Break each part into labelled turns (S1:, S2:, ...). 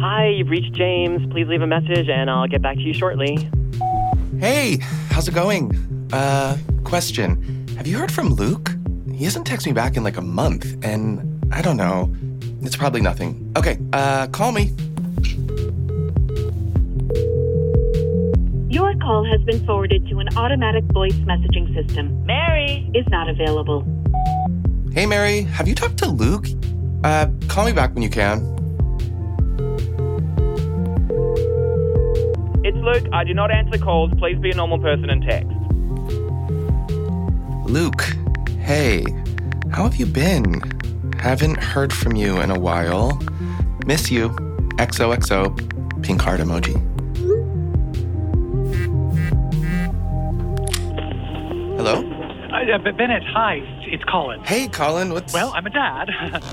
S1: Hi, you've reached James. Please leave a message and I'll get back to you shortly.
S2: Hey, how's it going? Uh, question. Have you heard from Luke? He hasn't texted me back in like a month, and I don't know. It's probably nothing. Okay, uh, call me.
S3: Your call has been forwarded to an automatic voice messaging system.
S4: Mary!
S3: Is not available.
S2: Hey, Mary, have you talked to Luke? Uh, call me back when you can.
S4: It's Luke. I do not answer calls. Please be a normal person and text.
S2: Luke, hey, how have you been? Haven't heard from you in a while. Miss you. XOXO. Pink heart emoji. Hello?
S5: Uh, but Bennett, hi. It's Colin.
S2: Hey, Colin, what's.
S5: Well, I'm a dad.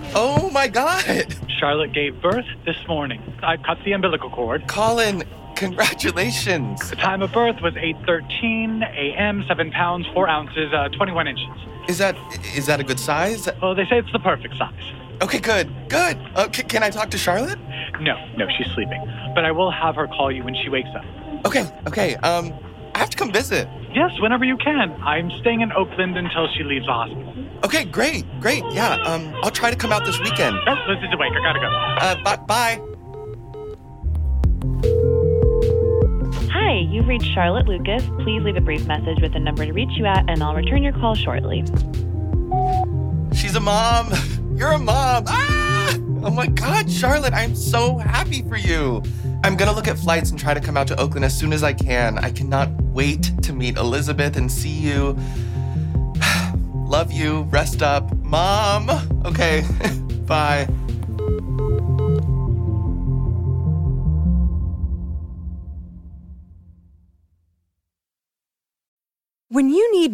S2: oh my god!
S5: Charlotte gave birth this morning. I cut the umbilical cord.
S2: Colin, congratulations!
S5: The time of birth was 8:13 a.m. Seven pounds four ounces, uh, 21 inches.
S2: Is that is that a good size?
S5: Well, they say it's the perfect size.
S2: Okay, good, good. Uh, c- can I talk to Charlotte?
S5: No, no, she's sleeping. But I will have her call you when she wakes up.
S2: Okay, okay. Um, I have to come visit.
S5: Yes, whenever you can. I'm staying in Oakland until she leaves the hospital.
S2: Okay, great, great. Yeah. Um, I'll try to come out this weekend.
S5: No, Lizzie's awake. I gotta go.
S2: Uh, bye. bye.
S3: Hi, you've reached Charlotte Lucas. Please leave a brief message with the number to reach you at, and I'll return your call shortly.
S2: She's a mom. You're a mom. Ah! Oh my God, Charlotte, I'm so happy for you. I'm gonna look at flights and try to come out to Oakland as soon as I can. I cannot wait to meet Elizabeth and see you. Love you. Rest up, mom. Okay, bye.
S6: When you need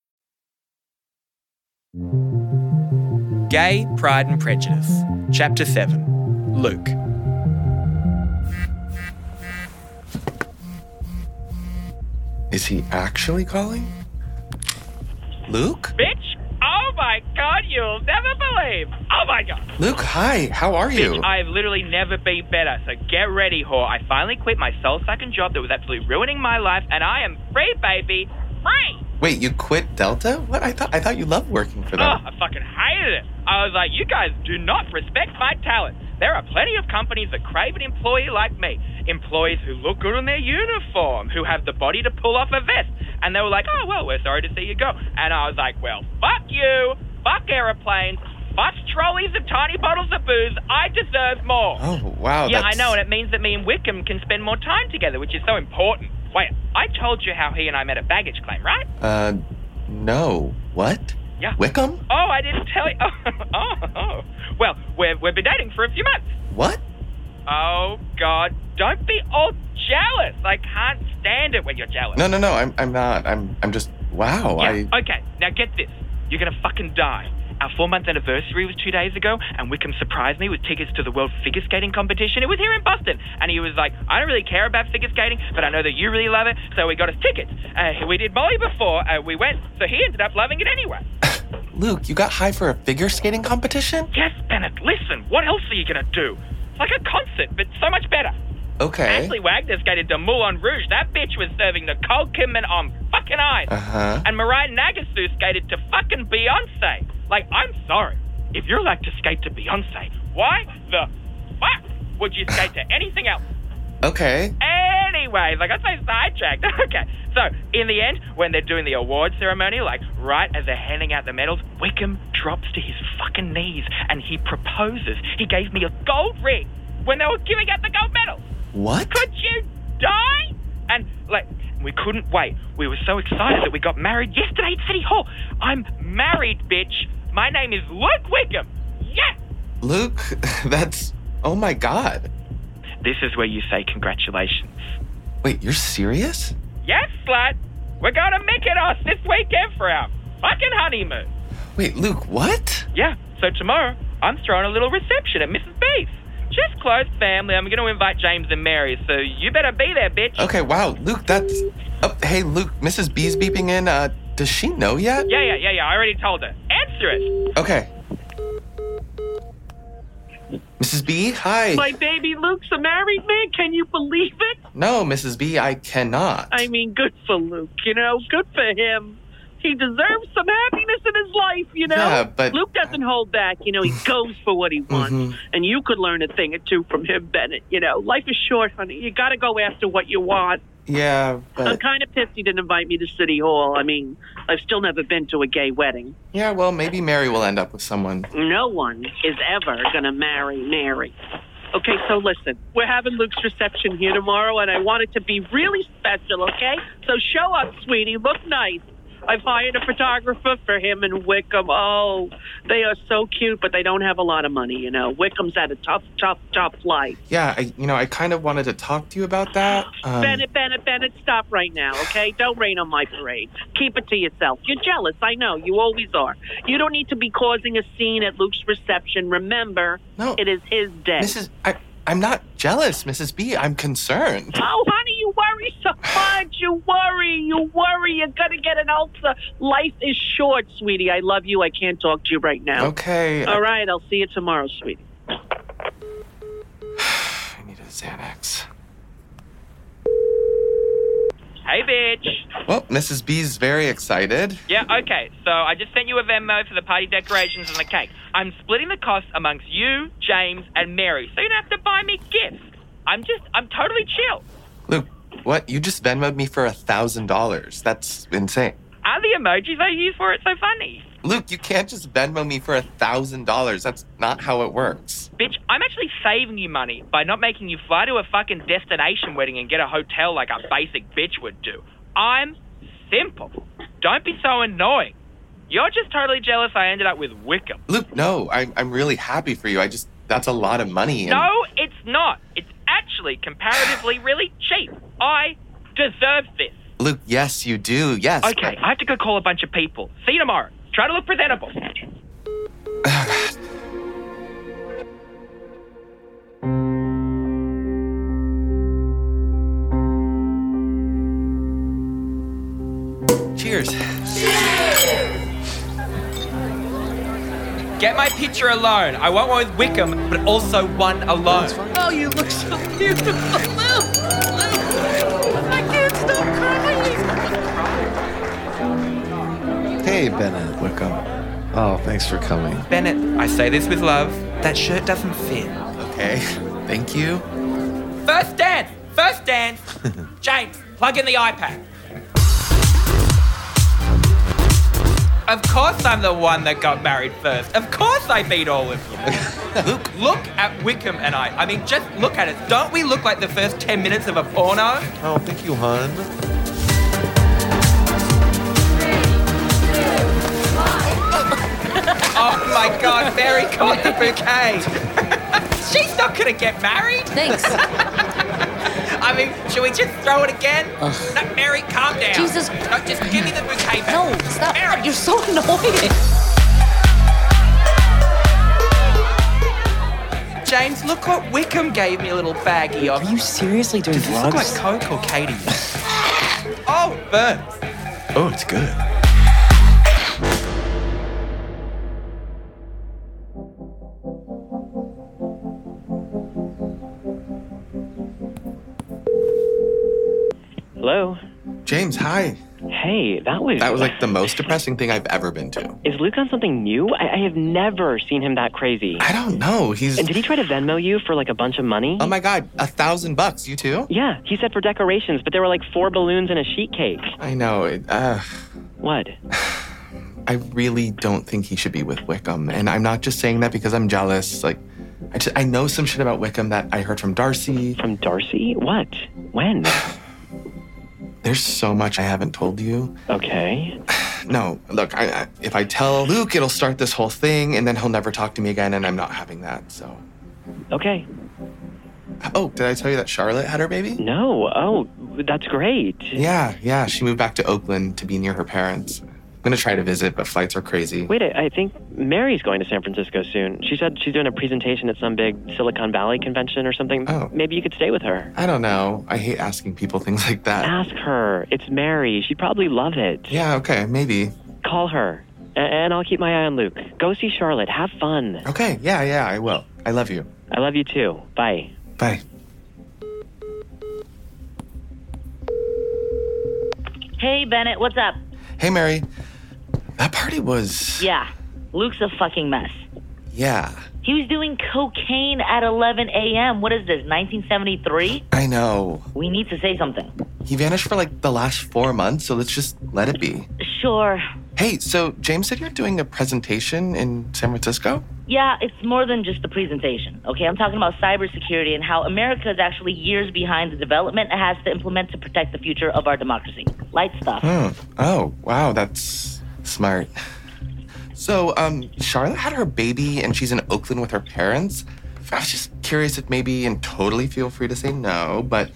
S7: Gay Pride and Prejudice, Chapter 7 Luke.
S2: Is he actually calling? Luke?
S4: Bitch! Oh my god, you'll never believe! Oh my god!
S2: Luke, hi. How are you?
S4: Bitch, I've literally never been better, so get ready, whore. I finally quit my soul sucking job that was absolutely ruining my life, and I am free, baby! Free!
S2: Wait, you quit Delta? What? I thought I thought you loved working for
S4: Oh,
S2: them.
S4: I fucking hated it. I was like, you guys do not respect my talent. There are plenty of companies that crave an employee like me. Employees who look good in their uniform, who have the body to pull off a vest. And they were like, oh, well, we're sorry to see you go. And I was like, well, fuck you. Fuck aeroplanes. Fuck trolleys of tiny bottles of booze. I deserve more.
S2: Oh wow.
S4: yeah,
S2: that's...
S4: I know, and it means that me and Wickham can spend more time together, which is so important. Wait, I told you how he and I met at baggage claim, right?
S2: Uh, no. What?
S4: Yeah.
S2: Wickham?
S4: Oh, I didn't tell you. Oh, oh, oh. Well, we've, we've been dating for a few months.
S2: What?
S4: Oh, God. Don't be all jealous. I can't stand it when you're jealous.
S2: No, no, no. I'm, I'm not. I'm, I'm just. Wow.
S4: Yeah,
S2: I.
S4: Okay, now get this. You're going to fucking die. Our four month anniversary was two days ago, and Wickham surprised me with tickets to the World Figure Skating Competition. It was here in Boston. And he was like, I don't really care about figure skating, but I know that you really love it, so we got us tickets. Uh, we did Molly before, uh, we went, so he ended up loving it anyway.
S2: Luke, you got high for a figure skating competition?
S4: Yes, Bennett, listen, what else are you going to do? It's like a concert, but so much better.
S2: Okay.
S4: Ashley Wagner skated to Moulin Rouge. That bitch was serving Nicole Kidman on fucking ice.
S2: Uh huh.
S4: And Mariah Nagasu skated to fucking Beyonce. Like, I'm sorry. If you're allowed to skate to Beyonce, why the fuck would you skate to anything else?
S2: Okay.
S4: Anyways, like I got so sidetracked. okay. So, in the end, when they're doing the award ceremony, like right as they're handing out the medals, Wickham drops to his fucking knees and he proposes. He gave me a gold ring when they were giving out the gold medals.
S2: What?
S4: Could you die? And like, we couldn't wait. We were so excited that we got married yesterday at City Hall. I'm married, bitch. My name is Luke Wickham. Yes.
S2: Luke, that's. Oh my god.
S1: This is where you say congratulations.
S2: Wait, you're serious?
S1: Yes, slut! We're going to Mykonos this weekend for our fucking honeymoon!
S2: Wait, Luke, what?
S1: Yeah, so tomorrow I'm throwing a little reception at Mrs. Beef. Just close family. I'm going to invite James and Mary, so you better be there, bitch.
S2: Okay, wow, Luke, that's. Oh, hey, Luke, Mrs. B's beeping in. Uh, does she know yet?
S1: Yeah, yeah, yeah, yeah. I already told her. Answer it.
S2: Okay. Mrs. B, hi.
S4: My baby Luke's a married man. Can you believe it?
S2: no, Mrs. B, I cannot.
S4: I mean, good for Luke, you know, good for him. He deserves some happiness in his life, you know.
S2: Yeah, but-
S4: Luke doesn't hold back, you know. He goes for what he wants,
S2: Mhm.
S4: and you could learn a thing or two from him, Bennett. You know, life is short, honey. You got to go after what you want.
S2: yeah,
S4: I'm
S2: but.
S4: kind of pissed he didn't invite me to City Hall. I mean, I've still never been to a gay wedding.
S2: Yeah, well, maybe Mary will end up with someone.
S4: No one is ever going to marry Mary. Okay, so listen, we're having Luke's reception here tomorrow, and I want it to be really special, okay? So show up, sweetie. Look nice. I've hired a photographer for him in Wickham. Oh, they are so cute, but they don't have a lot of money, you know. Wickham's had a tough, tough, tough life.
S2: Yeah, I, you know, I kind of wanted to talk to you about that. Um,
S4: Bennett, Bennett, Bennett, stop right now, okay? Don't rain on my parade. Keep it to yourself. You're jealous, I know. You always are. You don't need to be causing a scene at Luke's reception. Remember,
S2: No.
S4: it is his day.
S2: Mrs. I, I'm not jealous, Mrs. B. I'm concerned.
S4: Oh, honey, you worry so much. You worry. You worry. You're going to get an ulcer. Life is short, sweetie. I love you. I can't talk to you right now.
S2: Okay.
S4: All right, I'll see you tomorrow, sweetie.
S2: I need a Xanax.
S1: Hey, bitch.
S2: Well, Mrs. B's very excited.
S1: Yeah, okay. So I just sent you a Venmo for the party decorations and the cake. I'm splitting the cost amongst you, James, and Mary, so you don't have to buy me gifts. I'm just, I'm totally chill.
S2: Luke, what? You just Venmoed me for a thousand dollars. That's insane.
S1: Are the emojis I use for it so funny?
S2: Luke, you can't just Venmo me for a thousand dollars. That's not how it works.
S1: Bitch, I'm actually saving you money by not making you fly to a fucking destination wedding and get a hotel like a basic bitch would do. I'm simple. Don't be so annoying. You're just totally jealous I ended up with Wickham.
S2: Luke, no, I'm I'm really happy for you. I just that's a lot of money. and-
S1: No, it's not. It's actually comparatively really cheap. I deserve this.
S2: Luke, yes, you do. Yes.
S1: Okay, I have to go call a bunch of people. See you tomorrow. Try to look presentable.
S2: Cheers.
S7: Get my picture alone. I want one with Wickham, but also one alone.
S8: Oh, you look so beautiful, Lou. Lou, I can't stop crying.
S9: Hey, Bennett Wickham. Oh, thanks for coming.
S7: Bennett, I say this with love. That shirt doesn't fit.
S2: Okay. Thank you.
S7: First dance! First dance! James, plug in the iPad. Of course I'm the one that got married first. Of course I beat all of you. look, look at Wickham and I. I mean, just look at us. Don't we look like the first 10 minutes of a porno?
S9: Oh, thank you, hon.
S7: Oh my god, Mary caught the bouquet. She's not gonna get married.
S8: Thanks.
S7: I mean, should we just throw it again? No, Mary, calm down.
S8: Jesus.
S7: No, just give me the bouquet back.
S8: No, stop.
S7: Mary.
S8: You're so annoying.
S7: James, look what Wickham gave me a little baggie of.
S8: Are you seriously doing
S7: Does this look like Coke or Katie? oh, it burns.
S9: Oh, it's good.
S10: Hello.
S2: James, hi.
S10: Hey, that was
S2: That was like the most depressing thing I've ever been to.
S10: Is Luke on something new? I, I have never seen him that crazy.
S2: I don't know. He's
S10: And did he try to Venmo you for like a bunch of money?
S2: Oh my god, a thousand bucks, you too?
S10: yeah, he said for decorations, but there were like four balloons and a sheet cake.
S2: I know. It, uh,
S10: What?
S2: I really don't think he should be with Wickham, and I'm not just saying that because I'm jealous. Like, I just I know some shit about Wickham that I heard from Darcy.
S10: From Darcy? What? When?
S2: There's so much I haven't told you.
S1: Okay.
S2: No, look, I, I, if I tell Luke, it'll start this whole thing, and then he'll never talk to me again, and I'm not having that, so.
S1: Okay.
S2: Oh, did I tell you that Charlotte had her baby?
S1: No. Oh, that's great.
S2: Yeah, yeah. She moved back to Oakland to be near her parents. I'm gonna try to visit, but flights are crazy.
S1: Wait, I I think Mary's going to San Francisco soon. She said she's doing a presentation at some big Silicon Valley convention or something.
S2: Oh.
S1: Maybe you could stay with her.
S2: I don't know. I hate asking people things like that.
S1: Ask her. It's Mary. She'd probably love it.
S2: Yeah, okay, maybe.
S1: Call her. A- And I'll keep my eye on Luke. Go see Charlotte. Have fun.
S2: Okay, yeah, yeah, I will. I love you.
S1: I love you too. Bye.
S2: Bye.
S11: Hey, Bennett, what's up?
S2: Hey, Mary. That party was.
S11: Yeah, Luke's a fucking mess.
S2: Yeah,
S11: He was doing cocaine at 11 a.m. What is this, 1973?
S2: I know.
S11: We need to say something.
S2: He vanished for like the last four months, so let's just let it be.
S11: Sure.
S2: Hey, so James said you're doing a presentation in San Francisco?
S11: Yeah, it's more than just the presentation, okay? I'm talking about cybersecurity and how America is actually years behind the development it has to implement to protect the future of our democracy. Light stuff.
S2: Hmm. Oh, wow, that's smart. So, um, Charlotte had her baby and she's in Oakland with her parents. I was just curious if maybe, and totally feel free to say no, but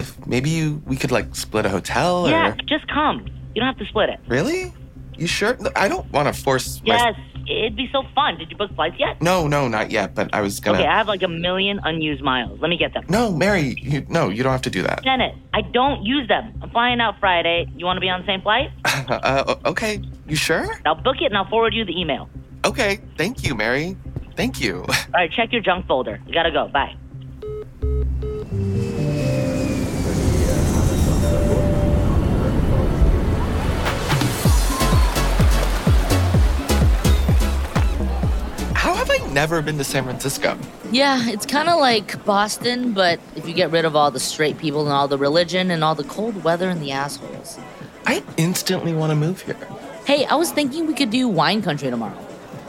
S2: if maybe you, we could like split a hotel or.
S11: Yeah, just come. You don't have to split it.
S2: Really? You sure? Look, I don't want to force my.
S11: Yes, it'd be so fun. Did you book flights yet?
S2: No, no, not yet, but I was gonna.
S11: Okay, I have like a million unused miles. Let me get them.
S2: No, Mary, you, no, you don't have to do that.
S11: Bennett, I don't use them. I'm flying out Friday. You want to be on the same flight?
S2: Uh, o- okay, you sure?
S11: I'll book it and I'll forward you the email.
S2: Okay, thank you, Mary. Thank you.
S11: All right, check your junk folder. You gotta go. Bye.
S2: How have I never been to San Francisco?
S12: Yeah, it's kind of like Boston, but if you get rid of all the straight people and all the religion and all the cold weather and the assholes.
S2: I instantly want to move here.
S12: Hey, I was thinking we could do wine country tomorrow.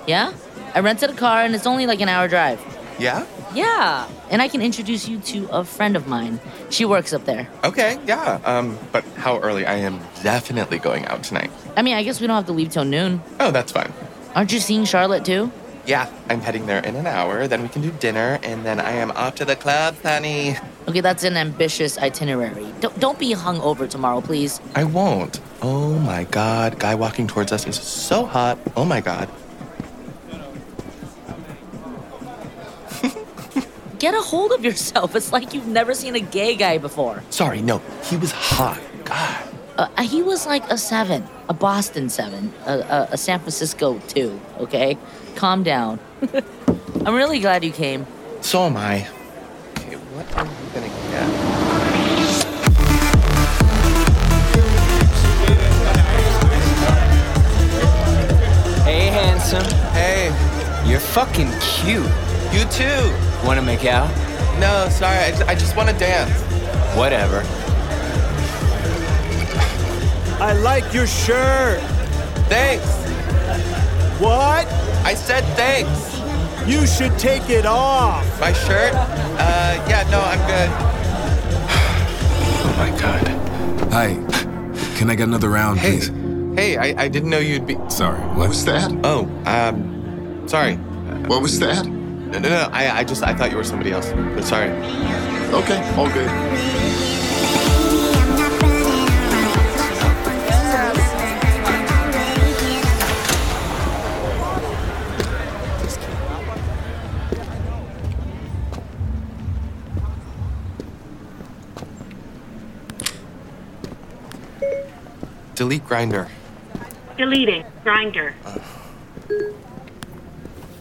S12: Yeah? I rented a car and it's only like an hour drive.
S2: Yeah?
S12: Yeah, and I can introduce you to a friend of mine. She works up there.
S2: Okay, yeah. Um, but how early? I am definitely going out tonight.
S12: I mean, I guess we don't have to leave till noon.
S2: Oh, that's fine.
S12: Aren't you seeing Charlotte too?
S2: Yeah, I'm heading there in an hour. Then we can do dinner, and then I am off to the club, honey.
S12: Okay, that's an ambitious itinerary. Don't, don't be hungover tomorrow, please.
S2: I won't. Oh my god, guy walking towards us is so hot. Oh my god.
S12: Get a hold of yourself. It's like you've never seen a gay guy before.
S2: Sorry, no, he was hot.
S12: Uh, he was like a seven, a Boston seven, a, a, a San Francisco two, okay? Calm down. I'm really glad you came.
S2: So am I. Okay, what are we gonna get?
S13: Hey, handsome. Hey. You're fucking cute.
S2: You too.
S13: Wanna make out?
S2: No, sorry, I just, I just wanna dance.
S13: Whatever.
S2: I like your shirt. Thanks. What? I said thanks. You should take it off. My shirt? Uh, yeah, no, I'm good.
S14: Oh my god. Hi. Can I get another round, please?
S2: Hey, I, I didn't know you'd be.
S14: Sorry. What was that?
S2: Oh, um, sorry.
S14: What was that?
S2: No, no, no, I, I just, I thought you were somebody else, but sorry.
S14: Okay, all good.
S2: Delete grinder.
S15: Deleting grinder.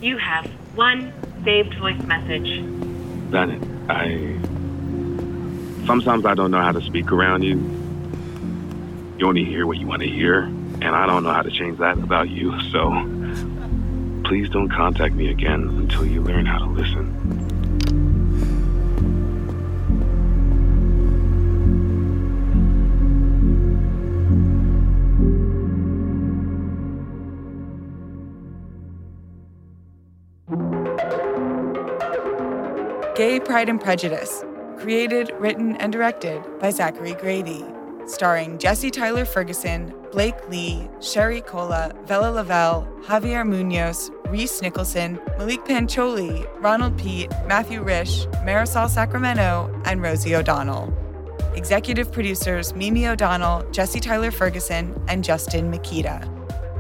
S15: You have one saved voice message.
S16: Bennett, I. Sometimes I don't know how to speak around you. You only hear what you want to hear, and I don't know how to change that about you, so. Please don't contact me again until you learn how to listen.
S17: Gay Pride and Prejudice, created, written, and directed by Zachary Grady. starring Jesse Tyler Ferguson, Blake Lee, Sherry Cola, Vella Lavelle, Javier Munoz, Reese Nicholson, Malik Pancholi, Ronald Pete, Matthew Risch, Marisol Sacramento, and Rosie O'Donnell. Executive producers Mimi O'Donnell, Jesse Tyler Ferguson, and Justin Makita.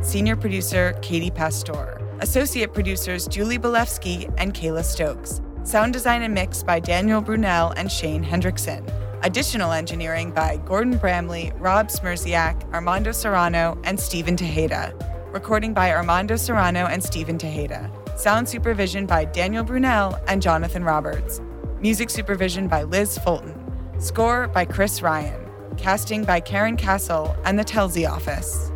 S17: Senior producer Katie Pastor. Associate producers Julie Belefsky and Kayla Stokes. Sound design and mix by Daniel Brunel and Shane Hendrickson. Additional engineering by Gordon Bramley, Rob Smirziak, Armando Serrano, and Stephen Tejeda. Recording by Armando Serrano and Stephen Tejeda. Sound supervision by Daniel Brunel and Jonathan Roberts. Music supervision by Liz Fulton. Score by Chris Ryan. Casting by Karen Castle and the Telsey Office.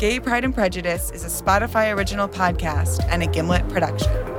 S17: Gay Pride and Prejudice is a Spotify original podcast and a Gimlet production.